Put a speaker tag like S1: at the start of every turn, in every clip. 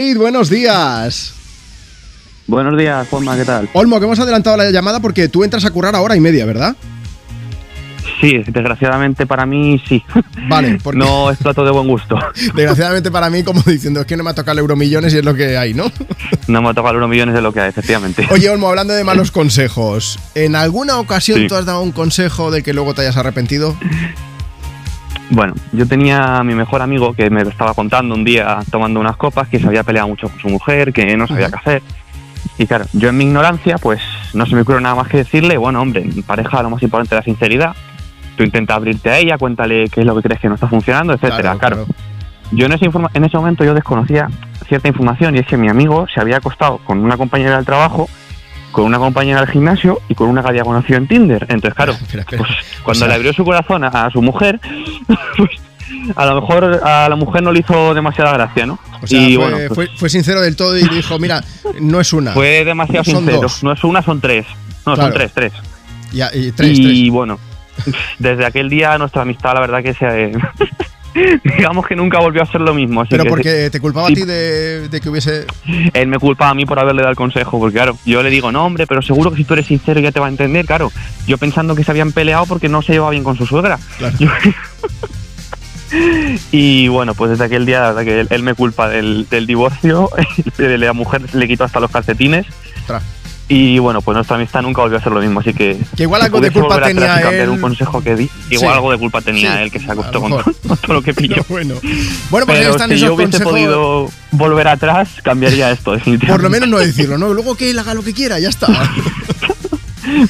S1: David, buenos días.
S2: Buenos días, Juanma, ¿qué tal?
S1: Olmo, que hemos adelantado la llamada porque tú entras a currar a hora y media, ¿verdad?
S2: Sí, desgraciadamente para mí sí.
S1: Vale, porque-
S2: No es plato de buen gusto.
S1: Desgraciadamente para mí, como diciendo, es que no me ha tocado el euromillones y es lo que hay, ¿no?
S2: No me ha tocado los millones de lo que hay, efectivamente.
S1: Oye, Olmo, hablando de malos consejos, ¿en alguna ocasión
S2: Sí.
S1: tú has dado un consejo de que luego te hayas arrepentido?
S2: Bueno, yo tenía a mi mejor amigo que me lo estaba contando un día tomando unas copas que se había peleado mucho con su mujer, que no sabía qué hacer. Y claro, yo en mi ignorancia, pues no se me ocurrió nada más que decirle, bueno, hombre, en pareja lo más importante es la sinceridad. Tú intenta abrirte a ella, cuéntale qué es lo que crees que no está funcionando, etcétera. claro. Yo en ese, informa- en ese momento yo desconocía cierta información y es que mi amigo se había acostado con una compañera del trabajo, con una compañera del gimnasio y con una que había conocido en Tinder. Entonces, claro,
S1: Espera, espera.
S2: pues, cuando
S1: sea-
S2: le abrió su corazón a, a su mujer, pues, a lo mejor a la mujer no le hizo demasiada gracia, ¿no?
S1: O sea,
S2: y
S1: fue,
S2: bueno, pues,
S1: fue- fue sincero del todo y dijo, mira, no es una.
S2: fue demasiado
S1: Son
S2: sincero.
S1: dos.
S2: No es una, son tres. No,
S1: Claro.
S2: son tres, tres.
S1: Y, y tres,
S2: y bueno, desde aquel día nuestra amistad, la verdad que se... digamos que nunca volvió a ser lo mismo.
S1: tres.
S2: así
S1: Pero
S2: que-
S1: porque te culpaba a
S2: sí.
S1: ti de, de que hubiese...
S2: él me culpa a mí por haberle dado el consejo, porque claro, yo le digo, no hombre, pero seguro que si tú eres sincero ya te va a entender, claro. Yo pensando que se habían peleado porque no se llevaba bien con su suegra.
S1: Claro.
S2: Yo- y bueno, pues desde aquel día, la verdad que él, él me culpa del, del divorcio, de la mujer le quitó hasta los calcetines.
S1: Ostras.
S2: Y bueno, pues nuestra amistad nunca volvió a ser lo mismo, así que...
S1: Que igual
S2: si
S1: algo de
S2: pudiese
S1: culpa
S2: volver atrás
S1: tenía
S2: y cambiar
S1: él.
S2: un consejo que di, igual
S1: Sí.
S2: algo de culpa tenía
S1: Sí,
S2: él que se
S1: a lo
S2: acostó con,
S1: mejor.
S2: con todo lo que pilló.
S1: No, bueno. Bueno, pues ahí
S2: Pero
S1: están
S2: si
S1: esos
S2: yo hubiese
S1: consejos.
S2: podido volver atrás, cambiaría esto, definitivamente.
S1: Por lo menos no decirlo, ¿no? Luego que él haga lo que quiera, ya está.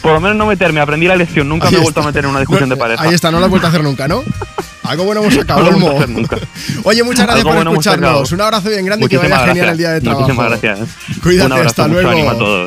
S2: Por lo menos no meterme, aprendí la lección. Nunca
S1: Ahí
S2: me he
S1: está.
S2: vuelto a meter en una discusión
S1: No,
S2: de pareja.
S1: Ahí está, no lo has vuelto a hacer nunca, ¿no? Algo bueno hemos
S2: No
S1: sacado,
S2: lo he
S1: Olmo.
S2: vuelto a hacer nunca.
S1: Oye, muchas gracias
S2: Algo
S1: por